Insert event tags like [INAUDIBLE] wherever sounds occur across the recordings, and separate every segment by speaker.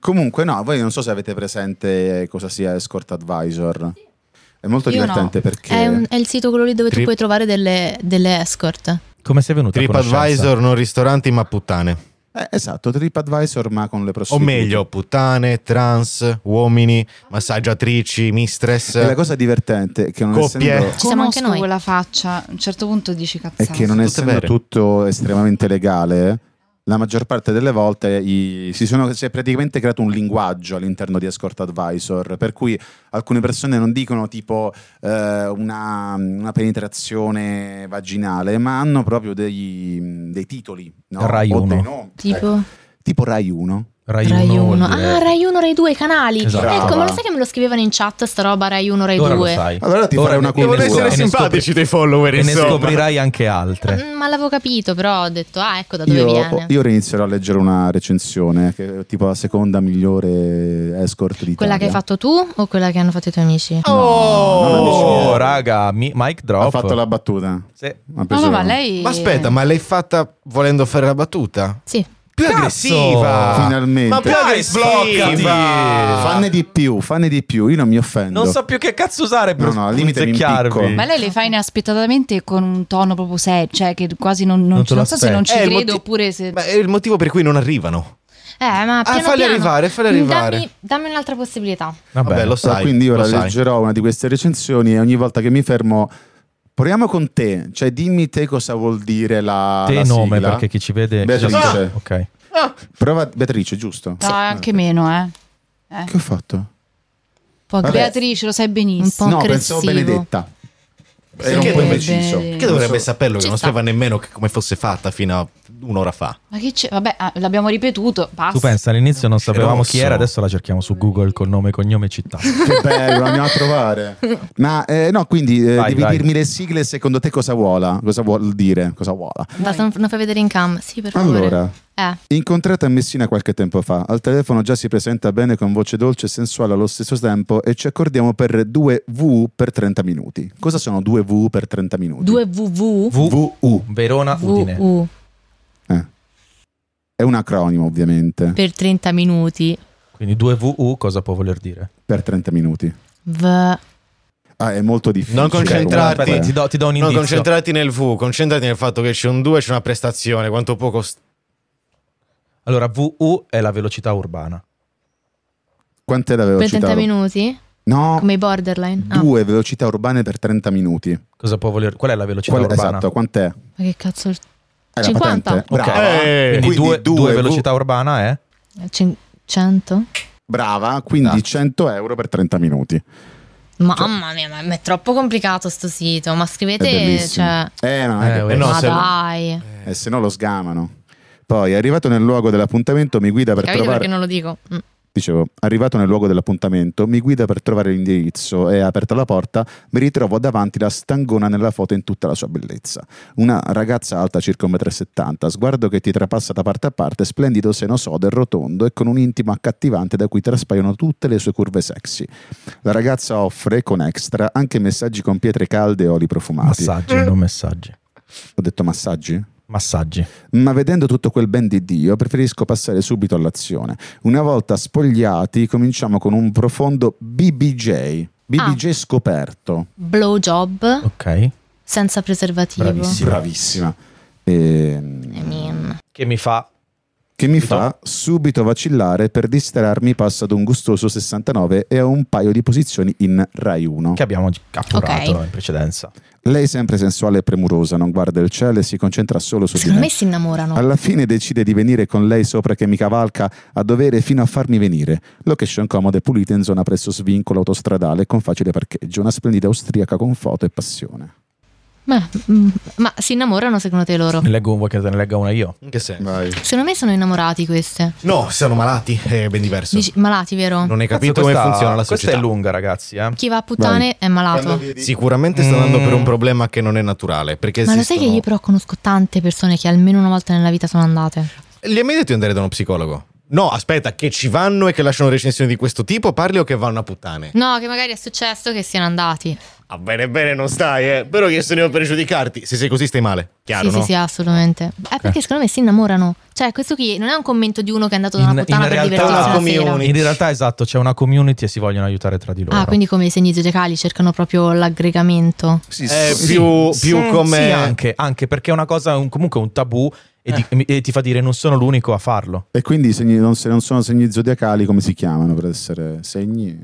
Speaker 1: Comunque, no, voi non so se avete presente cosa sia Escort Advisor. È molto
Speaker 2: Io
Speaker 1: divertente
Speaker 2: no.
Speaker 1: perché
Speaker 2: È, un- è il sito quello lì dove tu
Speaker 3: Trip-
Speaker 2: puoi trovare delle, delle escort.
Speaker 3: Come sei venuto a conoscenza?
Speaker 4: TripAdvisor, non ristoranti, ma puttane.
Speaker 1: Eh, esatto, TripAdvisor ma con le
Speaker 4: O
Speaker 1: prostitute.
Speaker 4: meglio, puttane, trans, uomini, massaggiatrici, mistress.
Speaker 1: E la cosa divertente è che non
Speaker 4: Coppie.
Speaker 1: essendo
Speaker 5: Ci siamo anche noi. quella faccia, a un certo punto dici
Speaker 1: è
Speaker 5: cazzate.
Speaker 1: che non
Speaker 4: Tutte
Speaker 1: essendo
Speaker 4: vere.
Speaker 1: tutto estremamente legale, la maggior parte delle volte i- si, sono- si è praticamente creato un linguaggio all'interno di Escort Advisor, per cui alcune persone non dicono tipo eh, una, una penetrazione vaginale, ma hanno proprio degli- dei titoli, no?
Speaker 3: Rai
Speaker 1: O
Speaker 3: Uno.
Speaker 1: dei nomi.
Speaker 2: Tipo
Speaker 1: Eh, tipo Rai 1.
Speaker 3: Rai
Speaker 2: Rai
Speaker 3: 1
Speaker 2: 1.
Speaker 3: vuol dire-
Speaker 2: Ah, Rai 1, Rai 2, i canali.
Speaker 3: Esatto.
Speaker 2: Ecco, ma
Speaker 1: Brava.
Speaker 2: lo sai che me lo scrivevano in chat sta roba Rai 1, Rai
Speaker 3: Ora lo
Speaker 2: 2?
Speaker 3: sai.
Speaker 1: Allora ti farei
Speaker 3: ne-
Speaker 1: una
Speaker 3: e ne
Speaker 1: Devono
Speaker 3: scopri-
Speaker 1: essere
Speaker 3: e ne scopri-
Speaker 4: dei follower,
Speaker 3: E ne scoprirai anche
Speaker 1: Ah,
Speaker 3: altre.
Speaker 2: Mm, Ma l'avevo capito, però ho detto, ah, ecco da dove
Speaker 1: Io,
Speaker 2: viene.
Speaker 1: io inizierò a leggere una recensione che è tipo la seconda migliore escort di
Speaker 2: Quella che hai fatto tu o quella che hanno fatto i tuoi amici?
Speaker 3: Oh,
Speaker 1: Oh,
Speaker 3: raga, mi- mic drop.
Speaker 1: Ha fatto la battuta.
Speaker 3: Sì.
Speaker 1: Ha
Speaker 5: No,
Speaker 1: preso-
Speaker 5: no, ma lei...
Speaker 4: Ma aspetta, ma l'hai fatta volendo fare la battuta?
Speaker 2: Sì.
Speaker 4: Più
Speaker 3: Cazzo!
Speaker 4: aggressiva!
Speaker 1: Ah. Finalmente. Eh,
Speaker 4: Ma più
Speaker 3: Dai,
Speaker 4: aggressiva!
Speaker 3: sbloccati!
Speaker 1: Fanne di più, fanne di più. Io non mi offendo.
Speaker 3: Non so più che cazzo usare per
Speaker 1: No, no, al limite mi impicco.
Speaker 3: punzecchiarvi.
Speaker 5: Ma lei le fa inaspettatamente con un tono proprio serio, cioè che quasi non, non,
Speaker 3: Non
Speaker 5: non,
Speaker 3: te lo
Speaker 5: so se non ci
Speaker 4: Eh, il
Speaker 5: credo
Speaker 4: moti-
Speaker 5: oppure se...
Speaker 4: Ma è il motivo per cui non arrivano.
Speaker 2: Eh, ma piano
Speaker 4: Ah, falli
Speaker 2: piano.
Speaker 4: arrivare, falli arrivare.
Speaker 2: Dammi, dammi un'altra possibilità.
Speaker 3: Vabbè,
Speaker 4: Vabbè, lo
Speaker 1: Ah,
Speaker 4: sai.
Speaker 1: quindi io
Speaker 4: lo
Speaker 1: ora
Speaker 4: sai.
Speaker 1: leggerò una di queste recensioni e ogni volta che mi fermo, proviamo con te. Cioè, dimmi te cosa vuol dire la.
Speaker 3: te
Speaker 1: la
Speaker 3: nome
Speaker 1: sigla.
Speaker 3: perché chi ci vede
Speaker 1: Beatrice.
Speaker 3: Ah! Ok.
Speaker 1: Prova Beatrice, giusto?
Speaker 5: No, anche meno, eh. eh.
Speaker 1: Che ho fatto?
Speaker 2: Un po'
Speaker 1: Vabbè.
Speaker 2: aggressivo.
Speaker 5: Beatrice lo sai
Speaker 2: Un
Speaker 5: benissimo.
Speaker 2: po'
Speaker 1: no,
Speaker 2: aggressivo.
Speaker 1: pensavo Benedetta. Era
Speaker 4: Perché
Speaker 1: un po'
Speaker 4: deve-
Speaker 1: impreciso.
Speaker 5: deve-
Speaker 4: Che dovrebbe saperlo
Speaker 2: Ci
Speaker 4: che non
Speaker 2: sta.
Speaker 4: sapeva nemmeno che- come fosse fatta fino a un'ora fa.
Speaker 5: Ma che c'è? Vabbè, ah, l'abbiamo ripetuto,
Speaker 2: Ah,
Speaker 5: basta.
Speaker 3: Tu pensa, all'inizio non sapevamo chi
Speaker 4: Rosso.
Speaker 3: era, adesso la cerchiamo su Google col nome, cognome
Speaker 1: [LAUGHS]
Speaker 3: e città.
Speaker 1: Che bello, andiamo a trovare. Ma eh, no, quindi eh,
Speaker 3: Vai,
Speaker 1: devi
Speaker 3: vai.
Speaker 1: dirmi le sigle secondo te cosa vuola, cosa vuol dire, cosa vuola.
Speaker 2: Basta, non, non fai vedere in cam. Sì, per favore.
Speaker 1: Allora,
Speaker 2: Eh,
Speaker 1: incontrata a Messina qualche tempo fa, al telefono già si presenta bene con voce dolce e sensuale allo stesso tempo e ci accordiamo per 2 V per 30 minuti. Cosa sono 2 V per 30 minuti?
Speaker 2: 2 VV.
Speaker 3: V
Speaker 1: VU.
Speaker 3: Verona Udine.
Speaker 2: VU
Speaker 1: Eh. È un acronimo ovviamente,
Speaker 2: per 30 minuti.
Speaker 3: Quindi 2 VU cosa può voler dire?
Speaker 1: per 30 minuti.
Speaker 2: V.
Speaker 1: Ah, è molto difficile.
Speaker 4: Non concentrarti.
Speaker 1: comunque.
Speaker 3: Aspetta, ti do, ti do un
Speaker 4: Non
Speaker 3: indizio.
Speaker 4: concentrati nel V, concentrati nel fatto che c'è un 2, c'è una prestazione, quanto poco... st-
Speaker 3: Allora, VU è la velocità urbana.
Speaker 1: Quante l'avevo
Speaker 2: Per 30
Speaker 1: citato?
Speaker 2: minuti?
Speaker 1: No,
Speaker 2: Come i borderline? Ah,
Speaker 1: due velocità urbane per 30 minuti.
Speaker 3: Cosa può voler Qual è la velocità
Speaker 1: Qual-
Speaker 3: urbana?
Speaker 1: esatto, quant'è?
Speaker 2: ma che cazzo? il-
Speaker 1: È la
Speaker 2: 50.
Speaker 1: patente?
Speaker 3: Ok.
Speaker 1: Brava.
Speaker 4: Eh,
Speaker 3: Quindi
Speaker 1: quindi
Speaker 3: 2
Speaker 1: due V-
Speaker 3: velocità urbana eh? è?
Speaker 2: cin- 100?
Speaker 1: Brava, quindi
Speaker 3: Ah.
Speaker 1: 100 euro per 30 minuti.
Speaker 2: Mamma mia, ma ma è troppo complicato sto sito. Ma
Speaker 1: È
Speaker 2: scrivete,
Speaker 1: bellissimo.
Speaker 2: cioè,
Speaker 1: Eh, ma non è
Speaker 3: Eh,
Speaker 1: che-
Speaker 3: vabbè.
Speaker 4: Eh, no,
Speaker 2: ma
Speaker 4: se-
Speaker 2: dai.
Speaker 1: eh, se no lo sgamano. Poi, arrivato nel luogo dell'appuntamento, mi guida per
Speaker 2: Capito
Speaker 1: trovare...
Speaker 2: perché non lo dico? Mm.
Speaker 1: Dicevo, arrivato nel luogo dell'appuntamento, mi guida per trovare l'indirizzo e, aperta la porta, mi ritrovo davanti la stangona nella foto in tutta la sua bellezza. Una ragazza alta circa 1,70 m, sguardo che ti trapassa da parte a parte, splendido seno sodo e rotondo e con un intimo accattivante da cui traspaiono tutte le sue curve sexy. La ragazza offre, con extra, anche messaggi con pietre calde e oli profumati.
Speaker 3: Massaggi, non messaggi.
Speaker 1: Ho detto massaggi?
Speaker 3: Massaggi.
Speaker 1: ma vedendo tutto quel ben di Dio preferisco passare subito all'azione. Una volta spogliati cominciamo con un profondo BBJ, BBJ scoperto.
Speaker 2: Blowjob
Speaker 3: Ok.
Speaker 2: senza preservativo. Eh,
Speaker 3: Bravissimo. Sì.
Speaker 1: Bravissima. Ehm,
Speaker 2: I mean.
Speaker 3: Che mi fa
Speaker 1: che mi fa subito vacillare per distrarmi passa ad un gustoso 69 e a un paio di posizioni in Rai 1.
Speaker 3: che abbiamo appurato
Speaker 2: Ok.
Speaker 3: in precedenza.
Speaker 1: Lei sempre sensuale e premurosa, non guarda il cielo e si concentra solo su di
Speaker 2: Secondo
Speaker 1: me.
Speaker 2: me si innamorano.
Speaker 1: Alla fine decide di venire con lei sopra che mi cavalca a dovere fino a farmi venire. Location comoda e pulita in zona presso svincolo autostradale con facile parcheggio. Una splendida austriaca con foto e passione.
Speaker 2: Ma, mm, ma si innamorano secondo te loro?
Speaker 3: Ne leggo un vuoi che te ne legga una io.
Speaker 4: In che senso?
Speaker 1: Vai.
Speaker 2: Secondo me sono innamorati queste.
Speaker 4: No, siamo malati, è ben diverso.
Speaker 2: Dici- malati, vero?
Speaker 4: Non hai capito
Speaker 3: Cazzo, questa-
Speaker 4: come funziona la
Speaker 3: Questa
Speaker 4: società.
Speaker 3: è lunga, ragazzi. eh.
Speaker 2: Chi va a puttane è malato.
Speaker 4: Sicuramente sta andando per un problema che non è naturale. Perché
Speaker 2: Ma lo sai
Speaker 4: esistono-
Speaker 2: che io però conosco tante persone che almeno una volta nella vita sono andate.
Speaker 4: Gli hai mai detto di andare da uno psicologo? No, aspetta, che ci
Speaker 2: Mm.
Speaker 4: vanno e che lasciano recensioni di questo tipo? Parli o che vanno a puttane?
Speaker 2: No, che magari è successo che siano andati.
Speaker 4: Ah, bene, bene, non stai, eh. Però io sono io per giudicarti. Se sei così, stai male. Chiaro,
Speaker 2: sì,
Speaker 4: no?
Speaker 2: sì, sì, assolutamente. Eh, perché secondo me si innamorano. Cioè, questo qui non è un commento di uno che è andato da
Speaker 3: In-
Speaker 2: una
Speaker 3: in
Speaker 2: puttana per
Speaker 3: realtà-
Speaker 2: divertirsi la sera.
Speaker 4: community.
Speaker 3: In realtà, esatto, c'è una community e si vogliono aiutare tra di loro.
Speaker 2: Ah, quindi come i segni zodiacali cercano proprio l'aggregamento.
Speaker 1: Sì,
Speaker 4: Eh,
Speaker 1: sì.
Speaker 4: più,
Speaker 3: Sì,
Speaker 4: più
Speaker 3: sì,
Speaker 4: come.
Speaker 3: anche, anche perché è una cosa, un- comunque un tabù e, ti- e ti fa dire non sono l'unico a farlo.
Speaker 1: E quindi i segni- non, se non sono segni zodiacali, come si chiamano per essere segni?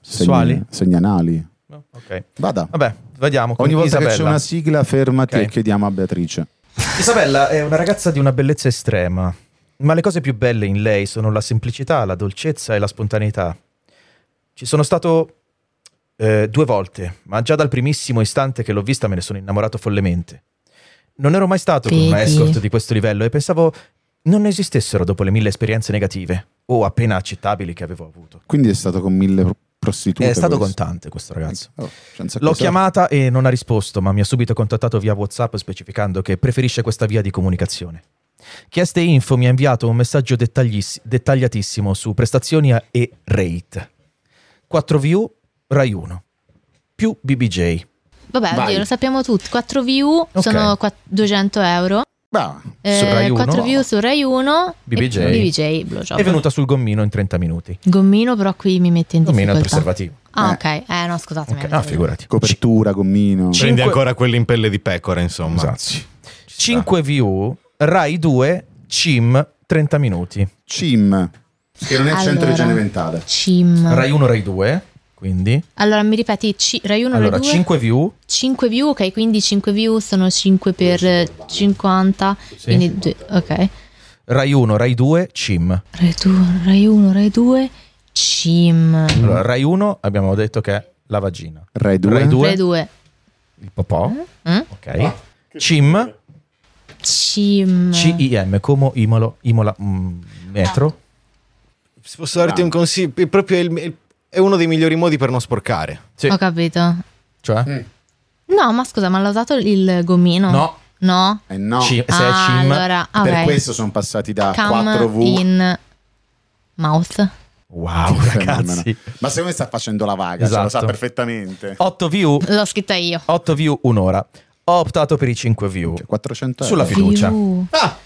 Speaker 3: Sessuali?
Speaker 1: Segni, segni anali.
Speaker 3: No? Ok.
Speaker 1: Vada.
Speaker 3: Vabbè, vediamo. con
Speaker 1: Ogni volta
Speaker 3: Isabella.
Speaker 1: che c'è una sigla, fermati
Speaker 3: Ok.
Speaker 1: e chiediamo a Beatrice.
Speaker 3: Isabella è una ragazza di una bellezza estrema, ma le cose più belle in lei sono la semplicità, la dolcezza e la spontaneità. Ci sono stato eh, due volte, ma già dal primissimo istante che l'ho vista me ne sono innamorato follemente. Non ero mai stato con una
Speaker 2: Vedi?
Speaker 3: escort di questo livello e pensavo non esistessero dopo le mille esperienze negative o appena accettabili che avevo avuto.
Speaker 1: Quindi è stato con mille pro- prostitute.
Speaker 3: è stato
Speaker 1: questo.
Speaker 3: contante questo ragazzo.
Speaker 1: Oh, c'è un sacco
Speaker 3: L'ho
Speaker 1: di soldi.
Speaker 3: chiamata e non ha risposto, ma mi ha subito contattato via WhatsApp specificando che preferisce questa via di comunicazione. Chieste info mi ha inviato un messaggio dettaglissi- dettagliatissimo su prestazioni a- e rate. 4VU Rai 1 più BBJ.
Speaker 2: Vabbè,
Speaker 1: Vai.
Speaker 2: oddio, lo sappiamo tutti. 4 VU
Speaker 3: Ok.
Speaker 2: sono quat- 200 euro.
Speaker 1: Bah,
Speaker 3: Su Rai 1.
Speaker 2: 4 VU su Rai 1.
Speaker 3: BBJ.
Speaker 2: E BBJ blowjob.
Speaker 3: È venuta sul gommino in 30 minuti.
Speaker 2: Gommino, però qui mi mette in
Speaker 3: Gommino è il
Speaker 2: difficoltà.
Speaker 3: preservativo.
Speaker 2: Ah,
Speaker 1: Eh.
Speaker 2: ok. Eh, no, scusatemi.
Speaker 3: Ok,
Speaker 2: avete
Speaker 3: Ah,
Speaker 2: ragione.
Speaker 3: figurati.
Speaker 1: copertura, gommino.
Speaker 3: Sì.
Speaker 4: Prendi
Speaker 3: Cinque-
Speaker 4: ancora quelli in pelle di pecora, insomma.
Speaker 3: Esatto.
Speaker 4: Ci sta.
Speaker 3: 5VU Rai 2 CIM 30 minuti.
Speaker 1: CIM, che non è il centro
Speaker 2: Allora.
Speaker 1: regione ventale.
Speaker 2: Cim.
Speaker 3: Rai 1 Rai 2, quindi.
Speaker 2: Allora, mi ripeti, C- Rai 1
Speaker 3: Allora
Speaker 2: Rai 2?
Speaker 3: 5VU
Speaker 2: 5 view, ok, quindi 5 view sono 5 per eh, 50, quindi due- ok.
Speaker 3: Rai 1 Rai 2 CIM.
Speaker 2: Rai 2, Rai 1, Rai 2, CIM.
Speaker 3: Allora, Rai 1 abbiamo detto che è la vagina,
Speaker 1: Rai 2.
Speaker 3: Rai 2
Speaker 2: Rai 2,
Speaker 3: il popò,
Speaker 2: Mm?
Speaker 3: ok. Cim,
Speaker 2: CIM.
Speaker 3: CIM, Como Imolo, Imola mm, Metro.
Speaker 4: Se Posso darti un consiglio? È proprio il- il- è uno dei migliori modi per non sporcare.
Speaker 3: Sì,
Speaker 2: Ho capito.
Speaker 3: cioè
Speaker 2: Mm. No, ma scusa, ma l'ha usato il gommino?
Speaker 3: no,
Speaker 2: No?
Speaker 1: Eh no,
Speaker 3: Ci- se è
Speaker 2: Ah,
Speaker 3: CIM,
Speaker 2: allora, ah,
Speaker 1: per
Speaker 2: ok.
Speaker 1: questo sono passati da
Speaker 2: Cam
Speaker 1: 4V.
Speaker 2: in mouth.
Speaker 3: wow, ragazzi.
Speaker 1: Ma secondo me sta facendo la vaga, ce
Speaker 3: Esatto. Oh.
Speaker 1: lo sa perfettamente.
Speaker 3: 8 view,
Speaker 2: L'ho scritta io.
Speaker 3: 8 view un'ora. Ho optato per i 5 view.
Speaker 1: 400
Speaker 3: Sulla
Speaker 1: Cioè, euro.
Speaker 3: fi- Fiducia.
Speaker 2: View.
Speaker 4: Ah!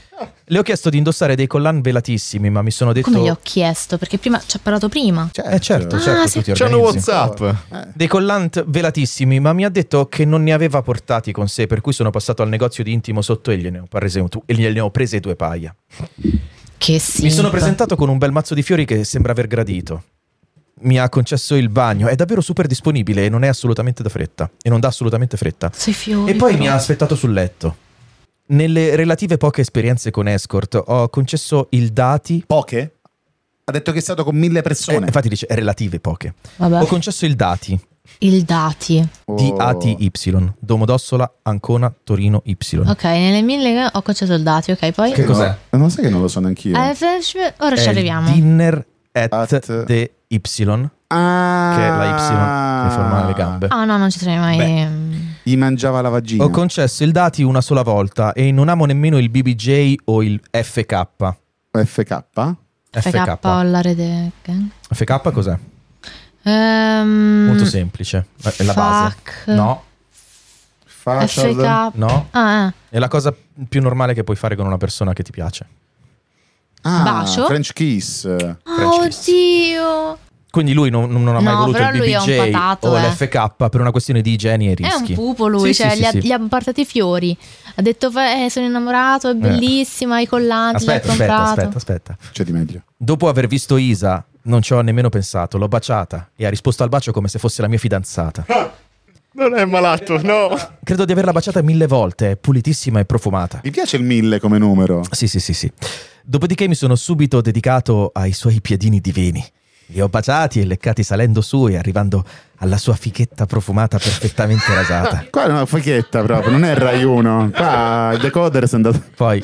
Speaker 3: Le ho chiesto di indossare dei collan velatissimi, ma mi sono detto
Speaker 2: Come gli ho chiesto? Perché prima ci ha parlato prima.
Speaker 3: Eh certo,
Speaker 2: Ah,
Speaker 3: certo,
Speaker 2: sì.
Speaker 3: tu ti
Speaker 4: C'è uno
Speaker 3: organizzi.
Speaker 4: WhatsApp.
Speaker 1: Cioè, Eh,
Speaker 3: Dei collant velatissimi, ma mi ha detto che non ne aveva portati con sé, per cui sono passato al negozio di intimo sotto e gliene ho, prese- e gliene ho prese due paia.
Speaker 2: Che sì.
Speaker 3: Mi sono presentato con un bel mazzo di fiori che sembra aver gradito. Mi ha concesso il bagno, è davvero super disponibile e non è assolutamente da fretta. E non dà assolutamente fretta.
Speaker 2: Sui fiori.
Speaker 3: E poi
Speaker 2: però.
Speaker 3: mi ha aspettato sul letto. Nelle relative poche esperienze con escort ho concesso il dati.
Speaker 1: Poche? Ha detto che è stato con mille
Speaker 3: eh,
Speaker 1: persone.
Speaker 3: infatti dice relative poche.
Speaker 2: Vabbè.
Speaker 3: Ho concesso il dati
Speaker 2: Il dati.
Speaker 3: di
Speaker 1: Oh.
Speaker 3: ATY, Domodossola, Ancona, Torino Y.
Speaker 2: Ok, nelle mille ho concesso il dati, ok, poi...
Speaker 3: Che cos'è?
Speaker 1: No, non sai che non lo so neanche io.
Speaker 2: Eh, f- f- ora
Speaker 3: È
Speaker 2: ci
Speaker 3: il
Speaker 2: arriviamo.
Speaker 3: Dinner at,
Speaker 1: At-
Speaker 3: the Y, che
Speaker 1: Ah.
Speaker 3: è la Y che forma le gambe.
Speaker 2: Ah no, non ci sarei mai...
Speaker 3: Beh.
Speaker 2: ehm.
Speaker 1: Gli mangiava la vagina.
Speaker 3: Ho concesso il dati una sola volta e non amo nemmeno il BBJ o il FK.
Speaker 1: FK?
Speaker 2: FK o la rete gang.
Speaker 3: FK cos'è?
Speaker 2: Mm. Ehm,
Speaker 3: Molto semplice. È la base.
Speaker 2: fuck.
Speaker 3: No,
Speaker 1: Facial.
Speaker 2: FK.
Speaker 3: no.
Speaker 2: Ah, eh.
Speaker 3: È la cosa più normale che puoi fare con una persona che ti piace.
Speaker 1: Ah,
Speaker 2: Bacio.
Speaker 1: French kiss. Cioè,
Speaker 2: Ah,
Speaker 3: French
Speaker 2: oddio.
Speaker 3: Quindi lui non, non ha mai
Speaker 2: No,
Speaker 3: voluto
Speaker 2: però
Speaker 3: il
Speaker 2: lui è un
Speaker 3: BBJ
Speaker 2: patato,
Speaker 3: o
Speaker 2: eh.
Speaker 3: l'FK per una questione di igiene e
Speaker 2: È un
Speaker 3: rischi.
Speaker 2: pupo lui,
Speaker 3: Sì,
Speaker 2: cioè,
Speaker 3: sì,
Speaker 2: gli, ha,
Speaker 3: sì, sì.
Speaker 2: gli ha portato i fiori. Ha detto, "Eh, sono innamorato, è bellissima, i collanti, li ha
Speaker 3: Aspetta, aspetta,
Speaker 2: comprato.
Speaker 3: aspetta, aspetta.
Speaker 1: C'è di meglio.
Speaker 3: Dopo aver visto Isa, non ci ho nemmeno pensato, l'ho baciata e ha risposto al bacio come se fosse la mia fidanzata.
Speaker 4: Non è malato, no. [LAUGHS]
Speaker 3: Credo di averla baciata mille volte, è pulitissima e profumata.
Speaker 1: Mi piace il 1000 come numero.
Speaker 3: Sì, sì, sì, sì. Dopodiché mi sono subito dedicato ai suoi piedini divini. Li ho baciati e leccati salendo su e arrivando alla sua fichetta profumata perfettamente rasata.
Speaker 1: Qua è una foglietta proprio, non è il Rai 1. Qua il decoder è andato.
Speaker 3: Poi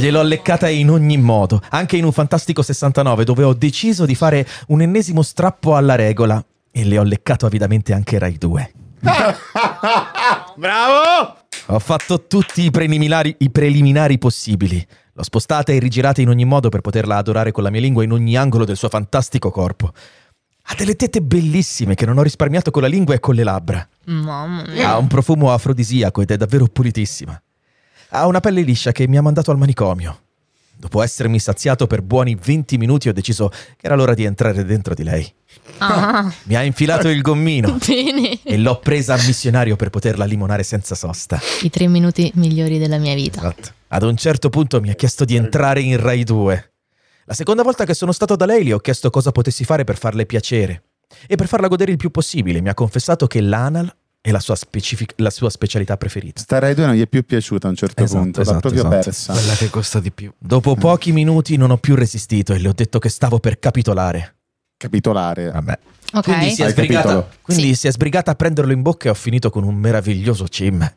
Speaker 3: gliel'ho leccata in ogni modo, anche in un fantastico 69 dove ho deciso di fare un ennesimo strappo alla regola e le ho leccato avidamente anche Rai 2.
Speaker 4: Bravo!
Speaker 3: Ho fatto tutti i preliminari, i preliminari possibili. L'ho spostata e rigirata in ogni modo per poterla adorare con la mia lingua in ogni angolo del suo fantastico corpo. Ha delle tette bellissime che non ho risparmiato con la lingua e con le labbra.
Speaker 2: Mamma mia.
Speaker 3: Ha un profumo afrodisiaco ed è davvero pulitissima. Ha una pelle liscia che mi ha mandato al manicomio. Dopo essermi saziato per buoni 20 minuti ho deciso che era l'ora di entrare dentro di lei.
Speaker 2: Ah, [LAUGHS]
Speaker 3: Mi ha infilato il gommino
Speaker 2: bene.
Speaker 3: e l'ho presa a missionario per poterla limonare senza sosta.
Speaker 2: I tre minuti migliori della mia vita.
Speaker 3: Esatto. Ad un certo punto mi ha chiesto di entrare in Rai 2. La seconda volta che sono stato da lei le ho chiesto cosa potessi fare per farle piacere e per farla godere il più possibile. Mi ha confessato che l'anal è la sua, specific- la sua specialità preferita.
Speaker 1: Sta Rai 2 non gli è più piaciuta a un certo
Speaker 3: Esatto,
Speaker 1: punto, l'ha
Speaker 3: esatto,
Speaker 1: proprio
Speaker 3: esatto.
Speaker 1: persa.
Speaker 4: Quella che costa di più.
Speaker 3: Dopo pochi minuti non ho più resistito e le ho detto che stavo per capitolare.
Speaker 1: Capitolare.
Speaker 3: Vabbè. Quindi, si
Speaker 2: Ok.
Speaker 3: è,
Speaker 1: Al
Speaker 3: sbrigata,
Speaker 1: capitolo.
Speaker 3: quindi si è sbrigata a prenderlo in bocca e ho finito con un meraviglioso cim.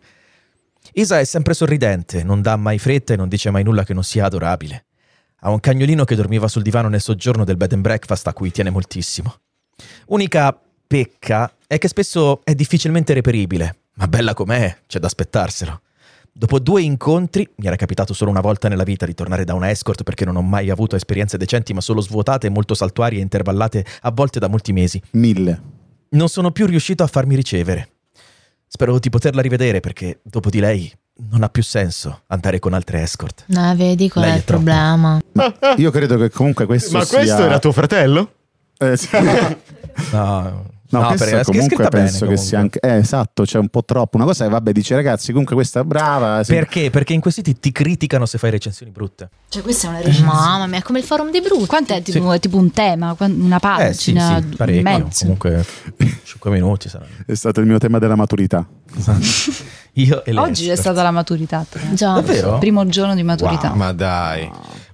Speaker 3: Isa è sempre sorridente, non dà mai fretta e non dice mai nulla che non sia adorabile. Ha un cagnolino che dormiva sul divano nel soggiorno del bed and breakfast a cui tiene moltissimo. Unica pecca è che spesso è difficilmente reperibile, ma bella com'è, c'è da aspettarselo. Dopo due incontri, mi era capitato solo una volta nella vita di tornare da una escort perché non ho mai avuto esperienze decenti ma solo svuotate e molto saltuarie e intervallate a volte da molti mesi
Speaker 1: Mille.
Speaker 3: non sono più riuscito a farmi ricevere. Spero di poterla rivedere perché dopo di lei non ha più senso andare con
Speaker 2: [LAUGHS]
Speaker 3: altre escort.
Speaker 2: No, vedi qual
Speaker 3: Lei
Speaker 2: è
Speaker 3: è
Speaker 2: il
Speaker 3: troppo.
Speaker 2: problema.
Speaker 1: Io credo che comunque questo
Speaker 4: Ah. Ma
Speaker 1: sia...
Speaker 4: questo era tuo fratello?
Speaker 1: Eh,
Speaker 4: [LAUGHS]
Speaker 1: sì.
Speaker 3: No,
Speaker 1: No,
Speaker 3: no
Speaker 1: questo
Speaker 3: perché è
Speaker 1: comunque
Speaker 3: scritta
Speaker 1: penso
Speaker 3: bene,
Speaker 1: che
Speaker 3: comunque.
Speaker 1: sia anche... Eh, esatto, c'è un po' troppo. Una cosa è, vabbè, dice ragazzi, comunque questa è brava. eh, sì.
Speaker 3: Perché? Perché in questi ti, ti criticano se fai recensioni brutte.
Speaker 5: Cioè, questa è una recensione.
Speaker 2: Mamma mia, come il forum dei brutti.
Speaker 5: Quant'è? Tipo, tipo un tema, qua- una
Speaker 3: Mm-hmm. eh sì,
Speaker 5: pagina,
Speaker 3: sì, parecchio.
Speaker 5: un Ah, mezzo.
Speaker 3: Comunque 5 minuti saranno.
Speaker 1: È stato il mio tema della maturità.
Speaker 3: Io e le
Speaker 5: Oggi è
Speaker 3: escort.
Speaker 5: stata la maturità. tra l'altro.
Speaker 2: Già.
Speaker 3: Davvero?
Speaker 5: Primo giorno di maturità.
Speaker 4: Ma dai.